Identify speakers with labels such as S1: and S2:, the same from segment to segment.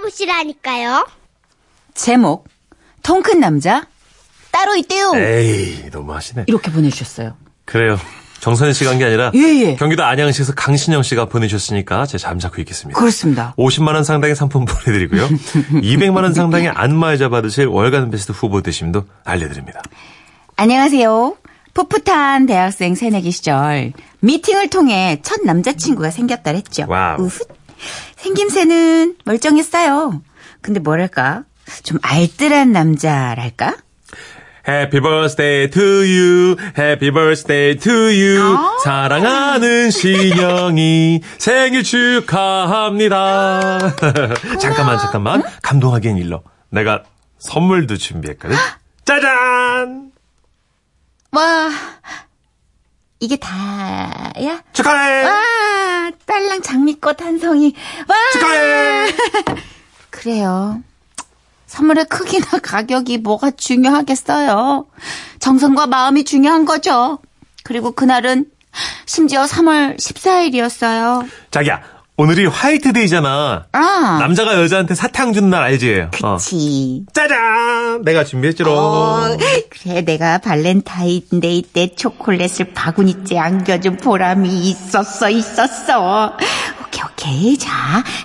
S1: 보시라니까요.
S2: 제목 통 큰 남자 따로 있대요.
S3: 네. 에이 너무하시네.
S2: 이렇게 보내주셨어요.
S3: 그래요. 정선희 씨가 한 게 아니라
S2: 예, 예.
S3: 경기도 안양시에서 강신영 씨가 보내주셨으니까 제가 잠자코 읽겠습니다.
S2: 그렇습니다.
S3: 50만 원 상당의 상품 보내드리고요. 200만 원 상당의 안마의자 받으실 월간 베스트 후보 되심도 알려드립니다.
S2: 안녕하세요. 풋풋한 대학생 새내기 시절 미팅을 통해 첫 남자친구가 생겼다랬죠.
S3: 와우.
S2: 우훗. 생김새는 멀쩡했어요. 근데 뭐랄까 좀 알뜰한 남자랄까?
S3: Happy birthday to you. Happy birthday to you.
S2: 아.
S3: 사랑하는 신영이 생일 축하합니다. 잠깐만, 잠깐만. 감동하기엔 일러. 내가 선물도 준비했거든. 짜잔!
S2: 와 이게 다야?
S3: 축하해!
S2: 아! 와 딸랑 장미꽃 한 송이. 와
S3: 축하해!
S2: 그래요. 선물의 크기나 가격이 뭐가 중요하겠어요. 정성과 마음이 중요한 거죠. 그리고 그날은 심지어 3월 14일이었어요.
S3: 자기야, 오늘이 화이트데이잖아.
S2: 아,
S3: 남자가 여자한테 사탕 주는 날 알지? 어.
S2: 그치.
S3: 짜잔! 내가 준비했지롱.
S2: 어, 그래 내가 발렌타인데이 때 초콜릿을 바구니째 안겨준 보람이 있었어 있었어. 오케이 오케이 자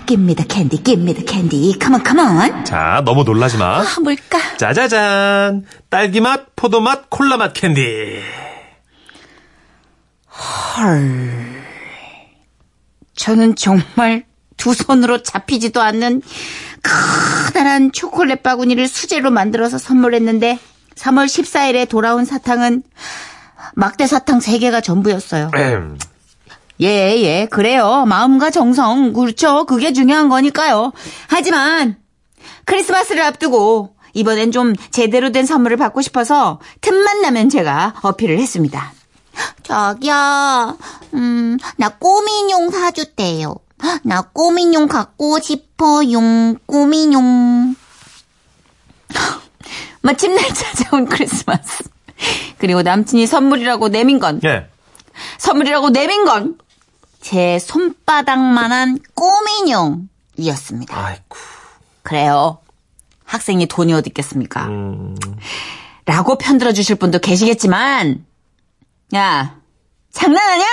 S2: give me the candy give me the candy come on come on
S3: 자, 너무 놀라지 마.
S2: 아 뭘까
S3: 짜자잔! 딸기맛, 포도맛, 콜라맛 캔디.
S2: 헐. 저는 정말 두 손으로 잡히지도 않는 커다란 초콜릿 바구니를 수제로 만들어서 선물했는데 3월 14일에 돌아온 사탕은 막대 사탕 3개가 전부였어요.
S3: 에헴.
S2: 예, 예, 그래요. 마음과 정성. 그렇죠. 그게 중요한 거니까요. 하지만, 크리스마스를 앞두고, 이번엔 좀 제대로 된 선물을 받고 싶어서, 틈만 나면 제가 어필을 했습니다.
S1: 저기요, 음, 나 꼬민용 사줬대요. 나 꼬민용 갖고 싶어용, 꼬민용.
S2: 마침내 찾아온 크리스마스. 그리고 남친이 선물이라고 내민 건,
S3: 예.
S2: 선물이라고 내민 건, 제 손바닥만한 꼬민용이었습니다.
S3: 아이쿠.
S2: 그래요. 학생이 돈이 어디 있겠습니까?
S3: 음.
S2: 라고 편들어 주실 분도 계시겠지만, 야, 장난하냐?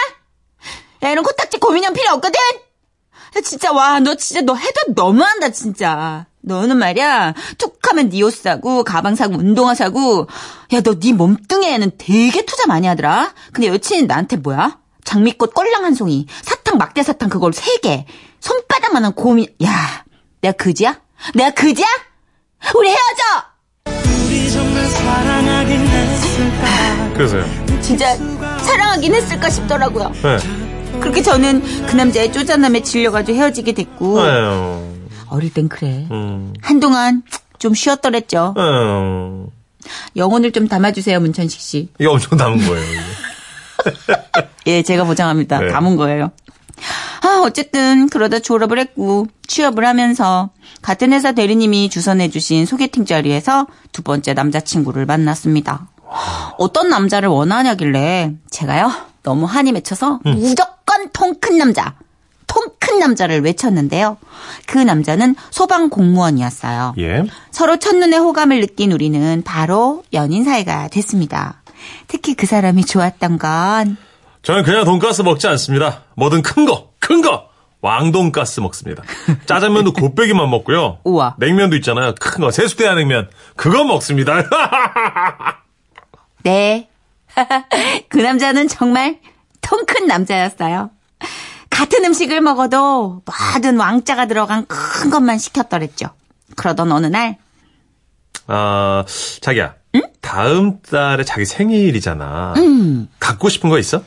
S2: 야, 이런 코딱지 고민형 필요 없거든? 야, 진짜, 와, 너 진짜, 너 해도 너무한다, 진짜. 너는 말이야, 툭 하면 니 옷 사고, 가방 사고, 운동화 사고. 야, 너 니 몸뚱이에는 되게 투자 많이 하더라? 근데 여친이 나한테 뭐야? 장미꽃 꼴랑 한 송이, 사탕, 막대 사탕 그걸 세 개, 손바닥만한 고민, 야, 내가 그지야? 내가 그지야? 우리 헤어져!
S3: 그래서요.
S2: 진짜 사랑하긴 했을까 싶더라고요.
S3: 네.
S2: 그렇게 저는 그 남자의 쪼잔함에 질려가지고 헤어지게 됐고
S3: 네. 에휴.
S2: 어릴 땐 그래.
S3: 음.
S2: 한동안 좀 쉬었더랬죠.
S3: 에휴.
S2: 영혼을 좀 담아주세요, 문천식 씨.
S3: 음. 이거 엄청 남은 거예요. 이게.
S2: 예, 제가 보장합니다.
S3: 네.
S2: 담은 거예요. 아, 어쨌든 그러다 졸업을 했고 취업을 하면서 같은 회사 대리님이 주선해주신 소개팅 자리에서 두 번째 남자친구를 만났습니다. 어떤 남자를 원하냐길래 제가요 너무 한이 맺혀서 무조건 통 큰 남자, 통 큰 남자를 외쳤는데요. 그 남자는 소방 공무원이었어요.
S3: 예.
S2: 서로 첫눈에 호감을 느낀 우리는 바로 연인 사이가 됐습니다. 특히 그 사람이 좋았던 건
S3: 저는 그냥 돈가스 먹지 않습니다. 뭐든 큰 거, 큰 거! 왕돈가스 먹습니다. 짜장면도 곱빼기만 먹고요.
S2: 우와.
S3: 냉면도 있잖아요. 큰 거, 세수대야 냉면. 그거 먹습니다.
S2: 네. 그 남자는 정말 통 큰 남자였어요. 같은 음식을 먹어도 뭐든 왕자가 들어간 큰 것만 시켰더랬죠. 그러던 어느 날,
S3: 아, 자기야. 다음 달에 자기 생일이잖아. 갖고 싶은 거 있어?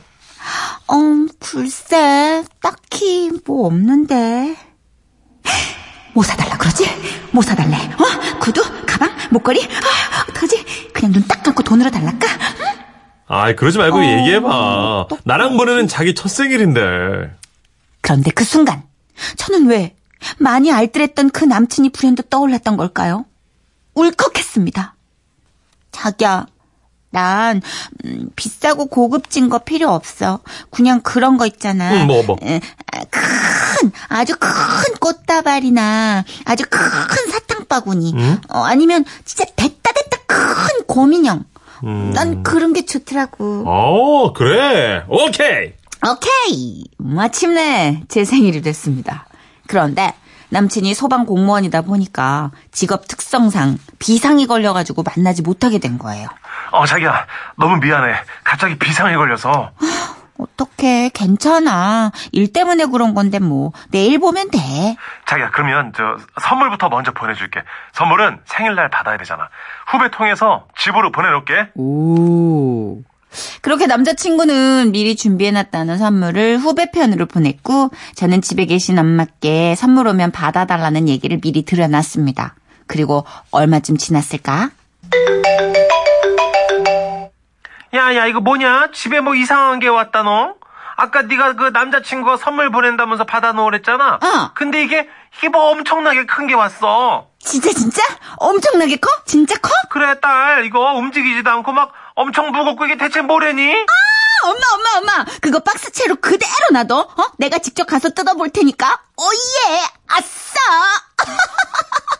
S2: 음, 글쎄, 딱히 뭐 없는데. 뭐 사달라 그러지? 뭐 사달래? 어? 구두? 가방? 목걸이? 아, 어떡하지? 그냥 눈 딱 감고 돈으로 달랄까? 응?
S3: 아이, 그러지 말고
S2: 어,
S3: 얘기해봐.
S2: 어떡하지?
S3: 나랑 보내는 자기 첫 생일인데.
S2: 그런데 그 순간, 저는 왜 많이 알뜰했던 그 남친이 불현듯 떠올랐던 걸까요? 울컥했습니다. 자기야, 난 음, 비싸고 고급진 거 필요 없어. 그냥 그런 거 있잖아.
S3: 응, 뭐, 뭐.
S2: 에, 아, 큰
S1: 아주 큰 꽃다발이나 아주 큰 사탕 바구니, 어, 아니면 진짜 됐다 됐다 큰 곰인형.
S3: 음.
S1: 난 그런 게 좋더라고.
S3: 어, 그래. 오케이.
S1: 오케이.
S2: 마침내 제 생일이 됐습니다. 그런데 남친이 소방 공무원이다 보니까 직업 특성상 비상이 걸려가지고 만나지 못하게 된 거예요.
S4: 어, 자기야, 너무 미안해. 갑자기 비상에 걸려서.
S2: 어떡해, 괜찮아. 일 때문에 그런 건데 뭐 내일 보면 돼.
S4: 자기야, 그러면 저 선물부터 먼저 보내줄게. 선물은 생일날 받아야 되잖아. 후배 통해서 집으로 보내놓을게.
S2: 오. 그렇게 남자친구는 미리 준비해놨다는 선물을 후배 편으로 보냈고, 저는 집에 계신 엄마께 선물 오면 받아달라는 얘기를 미리 들여놨습니다. 그리고 얼마쯤 지났을까?
S4: 야, 야, 이거 뭐냐? 집에 뭐 이상한 게 왔다, 너? 아까 네가 그 남자친구가 선물 보낸다면서 받아놓으랬잖아.
S2: 어.
S4: 근데 이게, 이게 뭐 엄청나게 큰 게 왔어.
S2: 진짜, 진짜? 엄청나게 커? 진짜 커?
S4: 그래, 딸. 이거 움직이지도 않고 막 엄청 무겁고 이게 대체 뭐래니?
S2: 아, 엄마, 엄마, 엄마! 그거 박스채로 그대로 놔둬! 어? 내가 직접 가서 뜯어볼 테니까! 오예! 아싸!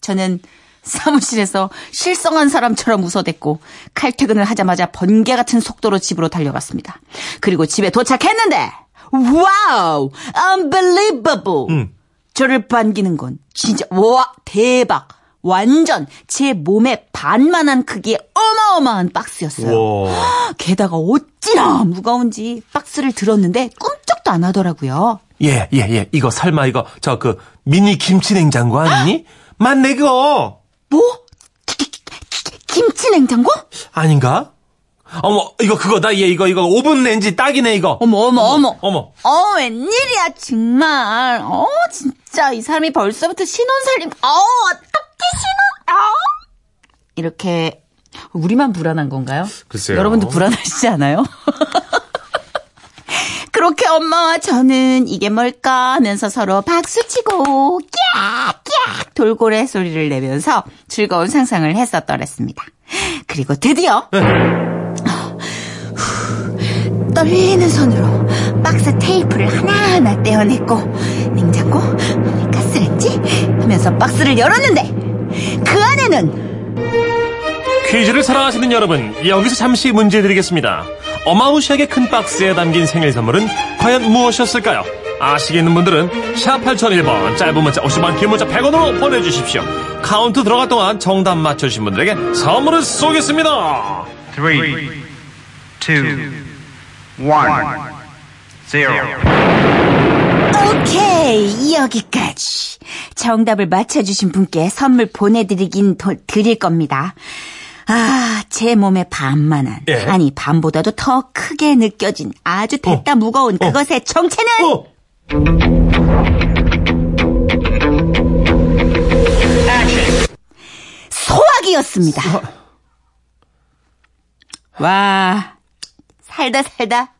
S2: 저는 사무실에서 실성한 사람처럼 웃어댔고, 칼퇴근을 하자마자 번개 같은 속도로 집으로 달려갔습니다. 그리고 집에 도착했는데! 와우! Unbelievable! 저를 반기는 건 진짜, 와, 대박! 완전 제 몸의 반만한 크기의 어마어마한 박스였어요.
S3: 와.
S2: 게다가 어찌나 무거운지 박스를 들었는데 꿈쩍도 안 하더라고요.
S3: 예, 예, 예. 이거 설마 이거 저 그 미니 김치 냉장고 아니니? 맞네 그거.
S2: 뭐? 기- 기- 기- 기- 김치 냉장고?
S3: 아닌가? 어머, 이거 그거다. 얘 이거 이거 오븐 렌지 딱이네 이거.
S2: 어머 어머 어머.
S3: 어머.
S2: 어 웬일이야 정말. 어 진짜 이 사람이 벌써부터 신혼살림. 어 어떻게 신혼? 어? 이렇게 우리만 불안한 건가요?
S3: 글쎄요.
S2: 여러분도 불안하시지 않아요? 그렇게 엄마와 저는 이게 뭘까 하면서 서로 박수치고 끼악끼악 돌고래 소리를 내면서 즐거운 상상을 했었더랬습니다. 그리고 드디어
S3: 네.
S2: 후, 떨리는 손으로 박스 테이프를 하나하나 떼어냈고 냉장고, 가스레인지 하면서 박스를 열었는데 그 안에는
S3: 퀴즈를 사랑하시는 여러분, 여기서 잠시 문제 드리겠습니다. 어마무시하게 큰 박스에 담긴 생일 선물은 과연 무엇이었을까요? 아시겠는 분들은 샵 8001번, 짧은 문자 50원, 긴 문자 100원으로 보내주십시오. 카운트 들어갈 동안 정답 맞춰주신 분들에게 선물을 쏘겠습니다.
S5: three, two, one, zero.
S2: 오케이 여기까지 정답을 맞춰주신 분께 선물 보내드리긴 도- 드릴 겁니다. 아, 제 몸의 반만한
S3: 예.
S2: 아니 반보다도 더 크게 느껴진 아주 됐다
S3: 어.
S2: 무거운
S3: 어.
S2: 그것의 정체는
S3: 어!
S2: 소화기였습니다. 와, 살다 살다.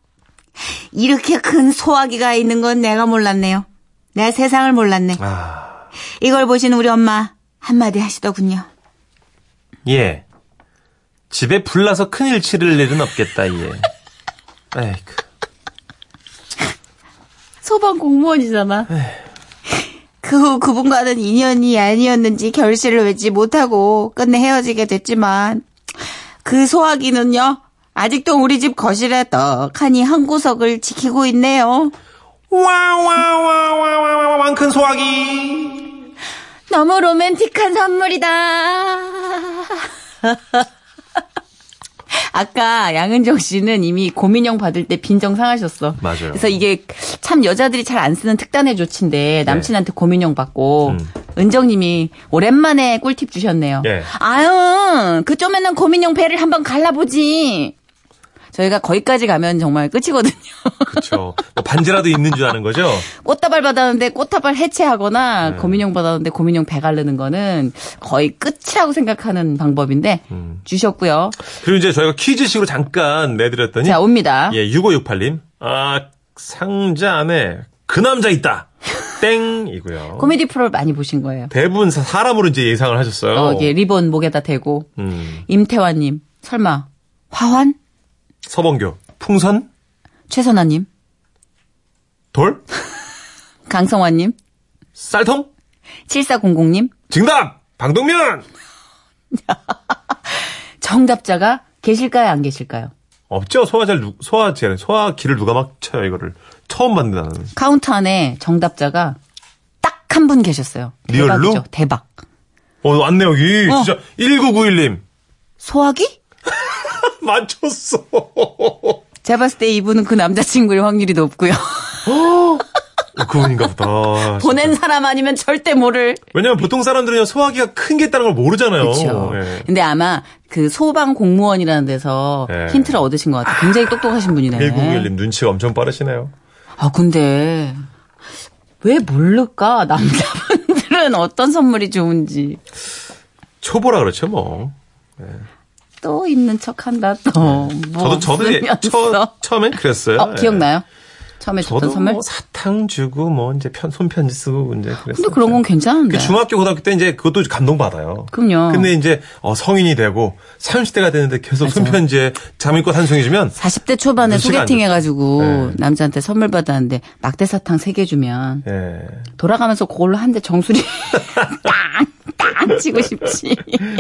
S2: 이렇게 큰 소화기가 있는 건 내가 몰랐네요. 내 세상을 몰랐네.
S3: 아.
S2: 이걸 보신 우리 엄마 한마디 하시더군요.
S3: 예. 집에 불나서 큰일 치를 일은 없겠다, 예. 에이크.
S2: 소방 공무원이잖아. 그 후 그분과는 인연이 아니었는지 결실을 맺지 못하고 끝내 헤어지게 됐지만 그 소화기는요. 아직도 우리 집 거실에 떡하니 한 구석을 지키고 있네요.
S3: 와와와와와와왕큰 소화기.
S2: 너무 로맨틱한 선물이다. 아까 양은정 씨는 이미 고민형 받을 때 빈정 상하셨어.
S3: 맞아요.
S2: 그래서 이게 참 여자들이 잘 안 쓰는 특단의
S3: 네.
S2: 조치인데 남친한테 고민형 받고
S3: 음.
S2: 은정님이 오랜만에 꿀팁 주셨네요.
S3: 예.
S2: 아유 그쪼매는 고민형 배를 한번 갈라보지. 저희가 거기까지 가면 정말 끝이거든요.
S3: 그쵸. 뭐 반지라도 있는 줄 아는 거죠?
S2: 꽃다발 받았는데 꽃다발 해체하거나
S3: 네.
S2: 고민용 받았는데 고민용 배 가르는 거는 거의 끝이라고 생각하는 방법인데
S3: 음.
S2: 주셨고요.
S3: 그리고 이제 저희가 퀴즈식으로 잠깐 내드렸더니
S2: 자 옵니다.
S3: 예 6568님 아 상자 안에 그 남자 있다 땡이고요
S2: 코미디 프로를 많이 보신 거예요.
S3: 대부분 사- 사람으로 이제 예상을 하셨어요
S2: 어, 이게 리본 목에다 대고
S3: 음,
S2: 임태환님 설마 화환
S3: 서범교 풍선
S2: 최선아님
S3: 돌
S2: 강성환님,
S3: 쌀통?
S2: 7400님,
S3: 정답! 방독면!
S2: 정답자가 계실까요, 안 계실까요?
S3: 없죠. 소화제를, 누- 소화제, 소화기를 누가 막쳐요, 이거를. 처음 봤는데 나는.
S2: 카운터 안에 정답자가 딱 한 분 계셨어요.
S3: 리얼로?
S2: 대박이죠, 대박.
S3: 어, 왔네, 여기.
S2: 어.
S3: 진짜. 1991님.
S2: 소화기?
S3: 맞췄어.
S2: 제가 봤을 때 이분은 그 남자친구일 확률이 높고요.
S3: 어, 그분인가 보다.
S2: 보낸 사람 아니면 절대 모를.
S3: 왜냐면 보통 사람들은 소화기가 큰 게 있다는 걸 모르잖아요.
S2: 그렇죠.
S3: 예.
S2: 근데 아마 그 소방 공무원이라는 데서
S3: 예.
S2: 힌트를 얻으신 것 같아요. 굉장히 똑똑하신 분이네.
S3: 1991님 눈치가 엄청 빠르시네요.
S2: 아 근데 왜 모를까? 남자분들은 어떤 선물이 좋은지
S3: 초보라 그렇죠, 뭐.
S2: 또 있는 척한다 또. 뭐
S3: 저도, 저도 예-
S2: 없으면서.
S3: 처, 처음엔 그랬어요.
S2: 어
S3: 예.
S2: 기억나요? 처음에 줬던
S3: 저도
S2: 선물.
S3: 뭐 사탕 주고 뭐 이제 편, 손편지 쓰고 이제 그랬어요.
S2: 근데 그런 건 괜찮은데.
S3: 그 중학교 고등학교 때 이제 그것도 감동받아요.
S2: 그럼요.
S3: 근데 이제 어, 성인이 되고 30대가 되는데 계속 손편지에 자물꽃 한 송이 주면
S2: 40대 초반에
S3: 눈치가 안
S2: 소개팅 해가지고
S3: 네.
S2: 남자한테 선물 받았는데 막대 사탕 3개 주면
S3: 예.
S2: 돌아가면서 그걸로 한 대 정수리 땅땅 치고 싶지.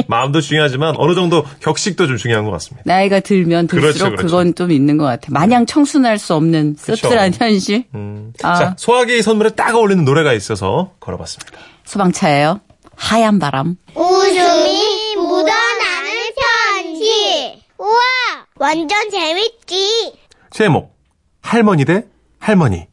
S3: 마음도 중요하지만 어느 정도 격식도 좀 중요한 것 같습니다.
S2: 나이가 들면
S3: 그렇죠,
S2: 들수록
S3: 그렇죠.
S2: 그건좀 있는 것 같아. 마냥 청순할 수 없는 씁쓸한 현실.
S3: 음.
S2: 아.
S3: 자, 소화기 선물에 딱 어울리는 노래가 있어서 걸어봤습니다.
S2: 소방차예요. 하얀 바람.
S6: 웃음이 묻어나는 편지. 우와! 완전 재밌지?
S3: 제목 할머니 대 할머니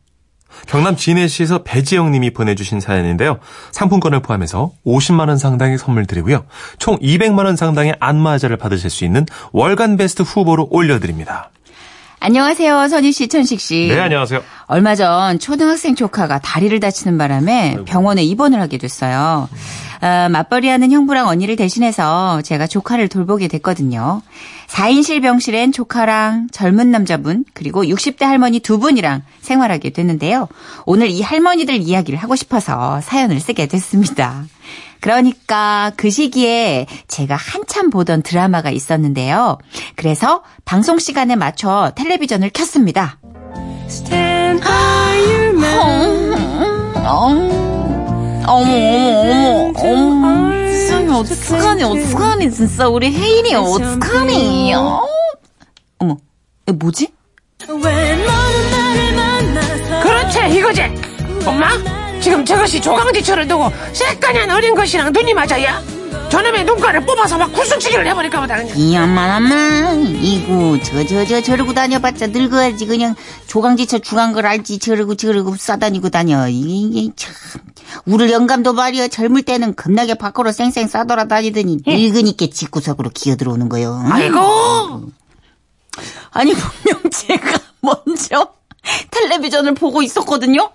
S3: 경남 진해시에서 배지영 님이 보내주신 사연인데요. 상품권을 포함해서 50만 원 상당의 선물 드리고요. 총 200만 원 상당의 안마자를 받으실 수 있는 월간 베스트 후보로 올려드립니다.
S2: 안녕하세요, 선희 씨, 천식 씨.
S3: 네, 안녕하세요.
S2: 얼마 전 초등학생 조카가 다리를 다치는 바람에 병원에 입원을 하게 됐어요. 아, 맞벌이하는 형부랑 언니를 대신해서 제가 조카를 돌보게 됐거든요. 4인실 병실엔 조카랑 젊은 남자분 그리고 60대 할머니 두 분이랑 생활하게 됐는데요. 오늘 이 할머니들 이야기를 하고 싶어서 사연을 쓰게 됐습니다. 그러니까 그 시기에 제가 한참 보던 드라마가 있었는데요. 그래서 방송 시간에 맞춰 텔레비전을 켰습니다. 어머 어머 어머 어머 수영이 어떡하니 어떡하니 진짜 우리 혜인이 어떡하니 어? 어머 이거 뭐지?
S7: 그렇지 이거지 엄마 지금 저것이 조강지처를 두고 새까만 어린 것이랑 눈이 맞아야 저놈의 눈가를 뽑아서 막 구슬치기를 해버릴까 보다 그냥
S2: 이 엄마 엄마 이구 저저저 저러고 다녀봤자 늙어야지 그냥 조강지처 중한 걸 알지 저러고 저러고 싸다니고 다녀 이게 이게 참 우리 영감도 말이야 젊을 때는 겁나게 밖으로 쌩쌩 싸돌아다니더니 늙으니까 집구석으로 기어들어오는 거요
S7: 아이고
S2: 아니 분명 제가 먼저 텔레비전을 보고 있었거든요.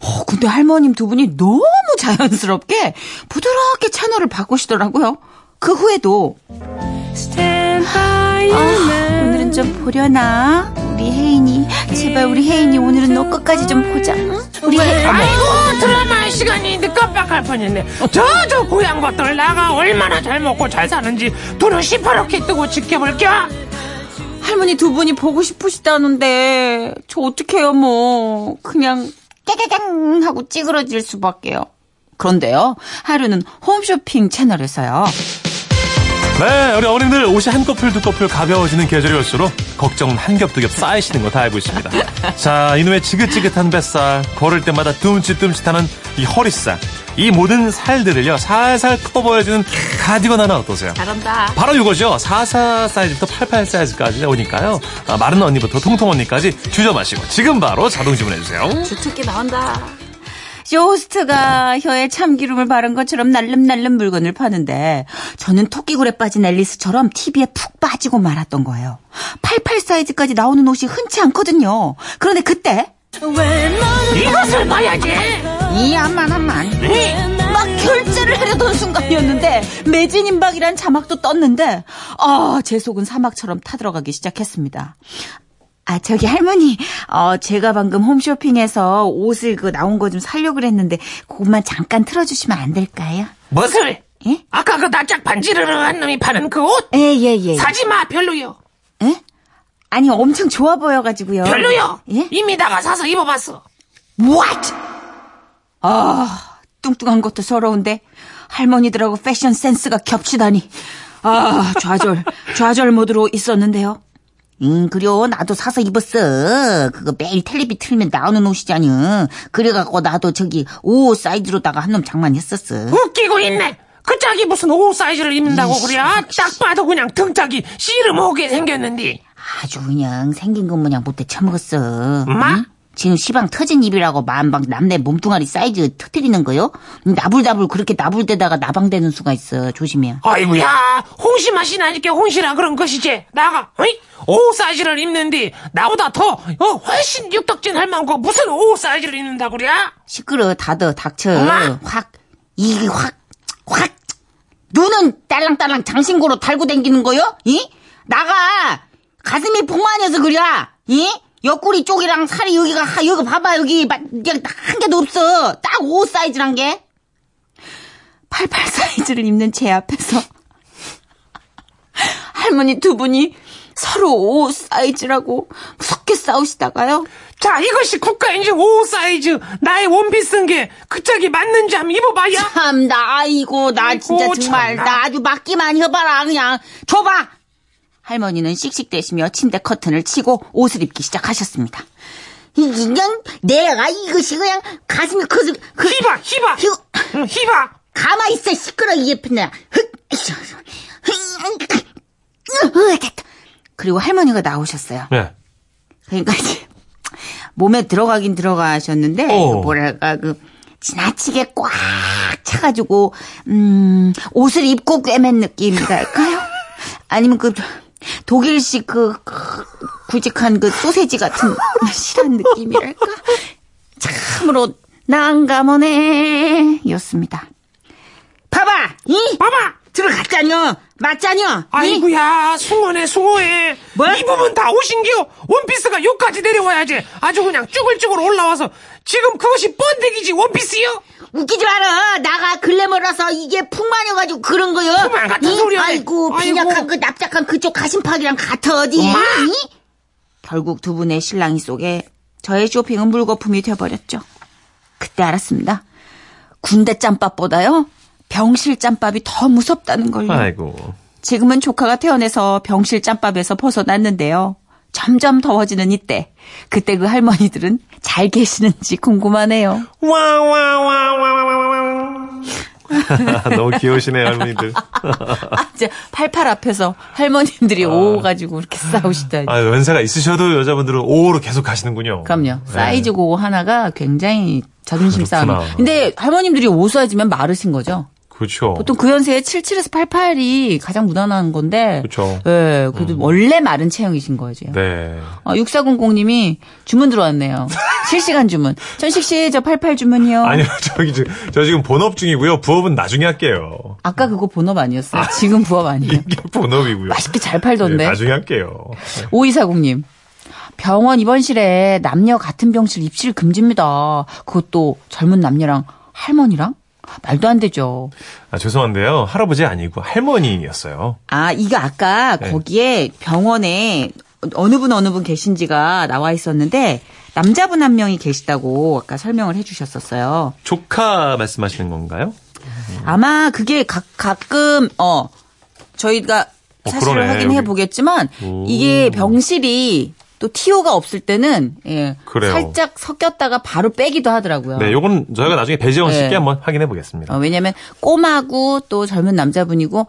S2: 어, 근데 할머님 두 분이 너무 자연스럽게 부드럽게 채널을 바꾸시더라고요. 그 후에도 아, 오늘은 좀 보려나 우리 혜인이 제발 우리 혜인이 오늘은 너 끝까지 좀 보자. 응? 우리 혜,
S7: 아이고 드라마의 시간이 늦깜빡할 뻔했네 저저 고향 것들 나가 얼마나 잘 먹고 잘 사는지 눈을 시퍼렇게 뜨고 지켜볼게요
S2: 할머니 두 분이 보고 싶으시다는데 저 어떡해요 뭐 그냥 깨깨갱 하고 찌그러질 수밖에요. 그런데요 하루는 홈쇼핑 채널에서요.
S3: 네, 우리 어린이들 옷이 한 커플 두 커플 가벼워지는 계절이 올수록 걱정은 한 겹 두 겹 쌓이시는 거 다 알고 있습니다. 자, 이놈의 지긋지긋한 뱃살, 걸을 때마다 둠칫둠칫하는 이 허리살, 이 모든 살들을요 살살 커버해주는 가디건 하나 어떠세요?
S2: 잘한다.
S3: 바로 이거죠. 44 사이즈부터 88 사이즈까지 오니까요. 아, 마른 언니부터 통통 언니까지 주저 마시고 지금 바로 자동 주문해주세요.
S2: 주특기 나온다. 쇼호스트가 혀에 참기름을 바른 것처럼 날름날름 물건을 파는데 저는 토끼굴에 빠진 앨리스처럼 TV에 푹 빠지고 말았던 거예요. 88 사이즈까지 나오는 옷이 흔치 않거든요. 그런데 그때
S7: 이것을 봐야지
S2: 이 암만한만
S7: 네.
S2: 막 결제를 하려던 순간이었는데 매진임박이란 자막도 떴는데 아 제 속은 사막처럼 타들어가기 시작했습니다. 아 저기 할머니 어 제가 방금 홈쇼핑에서 옷을 그 나온 거 좀 살려고 그랬는데 그것만 잠깐 틀어주시면 안 될까요?
S7: 무엇을
S2: 예?
S7: 아까 그 납작 반지르르한 놈이 파는 그 옷
S2: 예예예.
S7: 사지마 별로요
S2: 아니 엄청 좋아 보여가지고요.
S7: 별로요
S2: 예?
S7: 이미 다가 사서 입어봤어
S2: What? 아, 뚱뚱한 것도 서러운데 할머니들하고 패션 센스가 겹치다니. 아, 좌절, 좌절 모드로 있었는데요.
S1: 응, 그려. 나도 사서 입었어. 그거 매일 텔레비 틀면 나오는 옷이잖여. 그래갖고 나도 저기 5 사이즈로다가 한 놈 장만했었어.
S7: 웃기고 있네. 그 짝이 무슨 5 사이즈를 입는다고 그래. 딱 봐도 그냥 등짝이 씨름 오게 생겼는데.
S1: 아주 그냥 생긴 것 마냥 못돼 처먹었어.
S7: 엄마?
S1: 응? 지금 시방 터진 입이라고 만방 남네 몸뚱아리 사이즈 터뜨리는 거요? 나불나불 그렇게 나불대다가 나방되는 수가 있어. 조심해.
S7: 아이고야, 홍시 맛이 나니까 홍시라 그런 것이지. 나가, 어이? 5 사이즈를 입는데 나보다 더, 어, 훨씬 육덕진 할 만고 무슨 5 사이즈를 입는다 그래?
S1: 시끄러 다더 닥쳐.
S7: 엄마!
S1: 확, 이, 확, 확. 눈은 딸랑딸랑 장신구로 달고 댕기는 거요? 이? 나가! 가슴이 풍만해서 그래! 이? 옆구리 쪽이랑 살이 여기가, 하- 여기 봐봐, 여기. 막, 그냥 한 개도 없어. 딱 5 사이즈란 게.
S2: 88 사이즈를 입는 제 앞에서 할머니 두 분이 서로 5 사이즈라고 무섭게 싸우시다가요.
S7: 자, 이것이 국가인지 5 사이즈, 나의 원피스인 게 그 짝이 맞는지 한번 입어봐야.
S1: 참, 나, 아이고, 나 진짜
S7: 아이고,
S1: 정말,
S7: 참나.
S1: 나 아주 맞기만 해봐라, 그냥. 줘봐! 할머니는 씩씩대시며 침대 커튼을 치고 옷을 입기 시작하셨습니다. 이- 그냥, 내가 이것이 그냥 가슴이 커서, 그,
S7: 히바, 히바, 음,
S1: 휴,
S7: 응, 히바.
S1: 가만히 있어, 시끄러, 이 예쁜 나. 흑, 이씨, 흥, 으, 됐다. 그리고 할머니가 나오셨어요.
S3: 네.
S1: 그러니까 이제 몸에 들어가긴 들어가셨는데
S3: 어.
S1: 그 뭐랄까 그 지나치게 꽉 차가지고 음 옷을 입고 꿰맨 느낌이랄까요? 아니면 그 독일식 그, 그 구직한 그 소세지 같은 실한 느낌이랄까? 참으로 난감하네였습니다. 봐봐, 이
S7: 봐봐.
S1: 들어갔다뇨, 맞자뇨? 이?
S7: 아이고야 숭어네 숭어해
S1: 뭐야?
S7: 이 부분 다 오신겨 원피스가 여기까지 내려와야지 아주 그냥 쭈글쭈글 올라와서 지금 그것이 번데기지 원피스요
S1: 웃기지 마라. 나가 글래머라서 이게 풍만해가지고 그런 거요.
S7: 풍만 같은
S1: 이?
S7: 소리야.
S1: 아이고
S7: 아이고.
S1: 빈약한 그 납작한 그쪽 가심팍이랑 같아 어디. 이?
S2: 결국 두 분의 실랑이 속에 저의 쇼핑은 물거품이 돼버렸죠. 그때 알았습니다. 군대 짬밥보다요 병실 짬밥이 더 무섭다는 걸요.
S3: 음. 아이고.
S2: 지금은 조카가 태어나서 병실 짬밥에서 벗어났는데요. 점점 더워지는 이때, 그때 그 할머니들은 잘 계시는지 궁금하네요.
S3: 와와와와와와와. 너무 귀여우시네요, 할머니들.
S2: 아, 이제 팔팔 앞에서 할머님들이 오 가지고 이렇게 싸우시다니.
S3: 아, 연세가 있으셔도 여자분들은 5로 계속 가시는군요.
S2: 그럼요. 사이즈 고 하나가 굉장히 자존심
S3: 네. 그렇구나.
S2: 싸움. 근데 할머님들이 오 사이즈면 마르신 거죠.
S3: 그렇죠.
S2: 보통 그 연세에 77에서 88이 가장 무난한 건데.
S3: 그쵸. 음.
S2: 예, 그래도 원래 마른 체형이신 거죠.
S3: 네.
S2: 아, 6400님이 주문 들어왔네요. 실시간 주문. 전식 씨, 저 88 주문이요.
S3: 아니요, 저기, 지- 저 지금 본업 중이고요. 부업은 나중에 할게요.
S2: 아까 그거 본업 아니었어요? 지금 부업 아니에요?
S3: 이게 본업이고요.
S2: 맛있게 잘
S3: 예,
S2: 팔던데.
S3: 나중에 할게요.
S2: 5240님. 병원 입원실에 남녀 같은 병실 입실 금지입니다. 그것도 젊은 남녀랑 할머니랑? 말도 안 되죠.
S3: 아, 죄송한데요. 할아버지 아니고 할머니였어요.
S2: 아, 이거 아까
S3: 네.
S2: 거기에 병원에 어느 분 어느 분 계신지가 나와 있었는데 남자분 한 명이 계시다고 아까 설명을 해 주셨었어요.
S3: 조카 말씀하시는 건가요?
S2: 아마 그게 가, 가끔 어 저희가
S3: 어,
S2: 사실을
S3: 그러네,
S2: 확인해
S3: 여기.
S2: 보겠지만
S3: 오.
S2: 이게 병실이 또 티오가 없을 때는 예,
S3: 그래요.
S2: 살짝 섞였다가 바로 빼기도 하더라고요.
S3: 네, 요건 저희가 나중에 배지원
S2: 아. 네.
S3: 씨께 한번 확인해 보겠습니다.
S2: 어, 왜냐면 꼬마고 또 젊은 남자분이고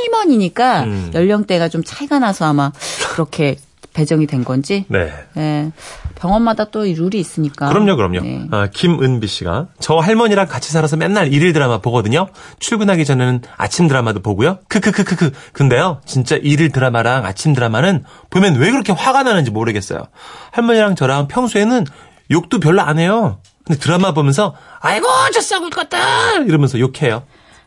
S2: 할머니니까
S3: 음.
S2: 연령대가 좀 차이가 나서 아마 그렇게 배정이 된 건지
S3: 네.
S2: 예, 병원마다 또 이 룰이 있으니까
S3: 그럼요, 그럼요.
S2: 네.
S3: 아, 김은비 씨가 저 할머니랑 같이 살아서 맨날 일일 드라마 보거든요. 출근하기 전에는 아침 드라마도 보고요. 크크크크크. 근데요, 진짜 일일 드라마랑 아침 드라마는 보면 왜 그렇게 화가 나는지 모르겠어요. 할머니랑 저랑 평소에는 욕도 별로 안 해요. 근데 드라마 보면서 아이고 저 썩을 것들 이러면서 욕해요.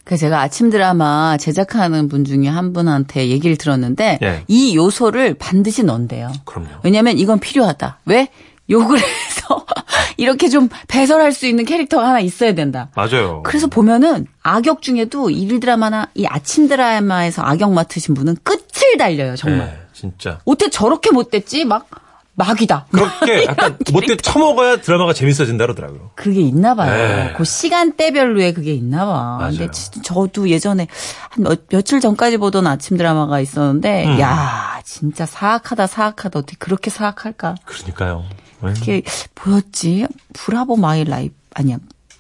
S2: 그 제가 아침 드라마 제작하는 분 중에 한 분한테 얘기를 들었는데
S3: 예.
S2: 이 요소를 반드시 넣는대요.
S3: 그럼요.
S2: 왜냐면 이건 필요하다. 왜? 욕을 해서 이렇게 좀 배설할 수 있는 캐릭터가 하나 있어야 된다.
S3: 맞아요.
S2: 그래서 보면은 악역 중에도 일일 드라마나 이 아침 드라마에서 악역 맡으신 분은 끝을 달려요, 정말.
S3: 네, 진짜.
S2: 어떻게 저렇게 못됐지? 막 막이다.
S3: 그렇게 약간 못돼 처먹어야 드라마가 재밌어진다 그러더라고요.
S2: 그게 있나 봐요.
S3: 네.
S2: 그 시간대별로의 그게 있나 봐. 근데
S3: 맞아요.
S2: 진짜 저도 예전에 한 몇, 며칠 전까지 보던 아침 드라마가 있었는데,
S3: 음.
S2: 야 진짜 사악하다, 사악하다. 어떻게 그렇게 사악할까?
S3: 그러니까요. 네.
S2: 그게 뭐였지? 브라보 마이 라이프. 아니야.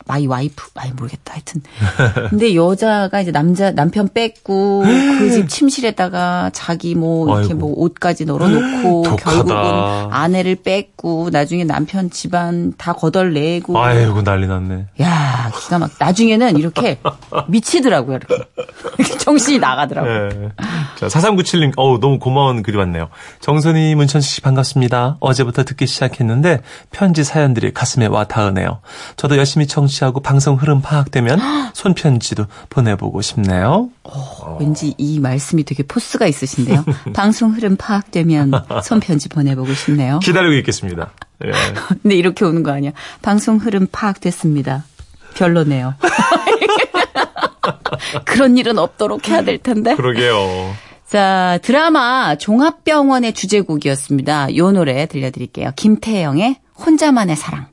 S2: 마이 와이프? 아니, 모르겠다. 하여튼. 근데 여자가 이제 남자, 남편 뺏고, 그 집 침실에다가 자기 뭐, 이렇게
S3: 아이고.
S2: 뭐 옷까지 널어놓고,
S3: 독하다.
S2: 결국은 아내를 뺏고, 나중에 남편 집안 다 거덜내고,
S3: 아이고 난리 났네.
S2: 야 기가 막 나중에는 이렇게 미치더라고요 이렇게, 이렇게 정신이 나가더라고요
S3: 예. 자, 4397님, 어우, 너무 고마운 글이 왔네요. 정선이 문천씨 반갑습니다. 어제부터 듣기 시작했는데 편지 사연들이 가슴에 와 닿으네요. 저도 열심히 청취하고 방송 흐름 파악되면 손편지도 보내보고 싶네요.
S2: 왠지 이 말씀이 되게 포스가 있으신데요 방송 흐름 파악되면 손편지 보내보고 싶네요
S3: 기다리고 있겠습니다. 예.
S2: 근데 이렇게 오는 거 아니야 방송 흐름 파악됐습니다 별로네요 그런 일은 없도록 해야 될 텐데
S3: 그러게요.
S2: 자 드라마 종합병원의 주제곡이었습니다 요 노래 들려드릴게요 김태영의 혼자만의 사랑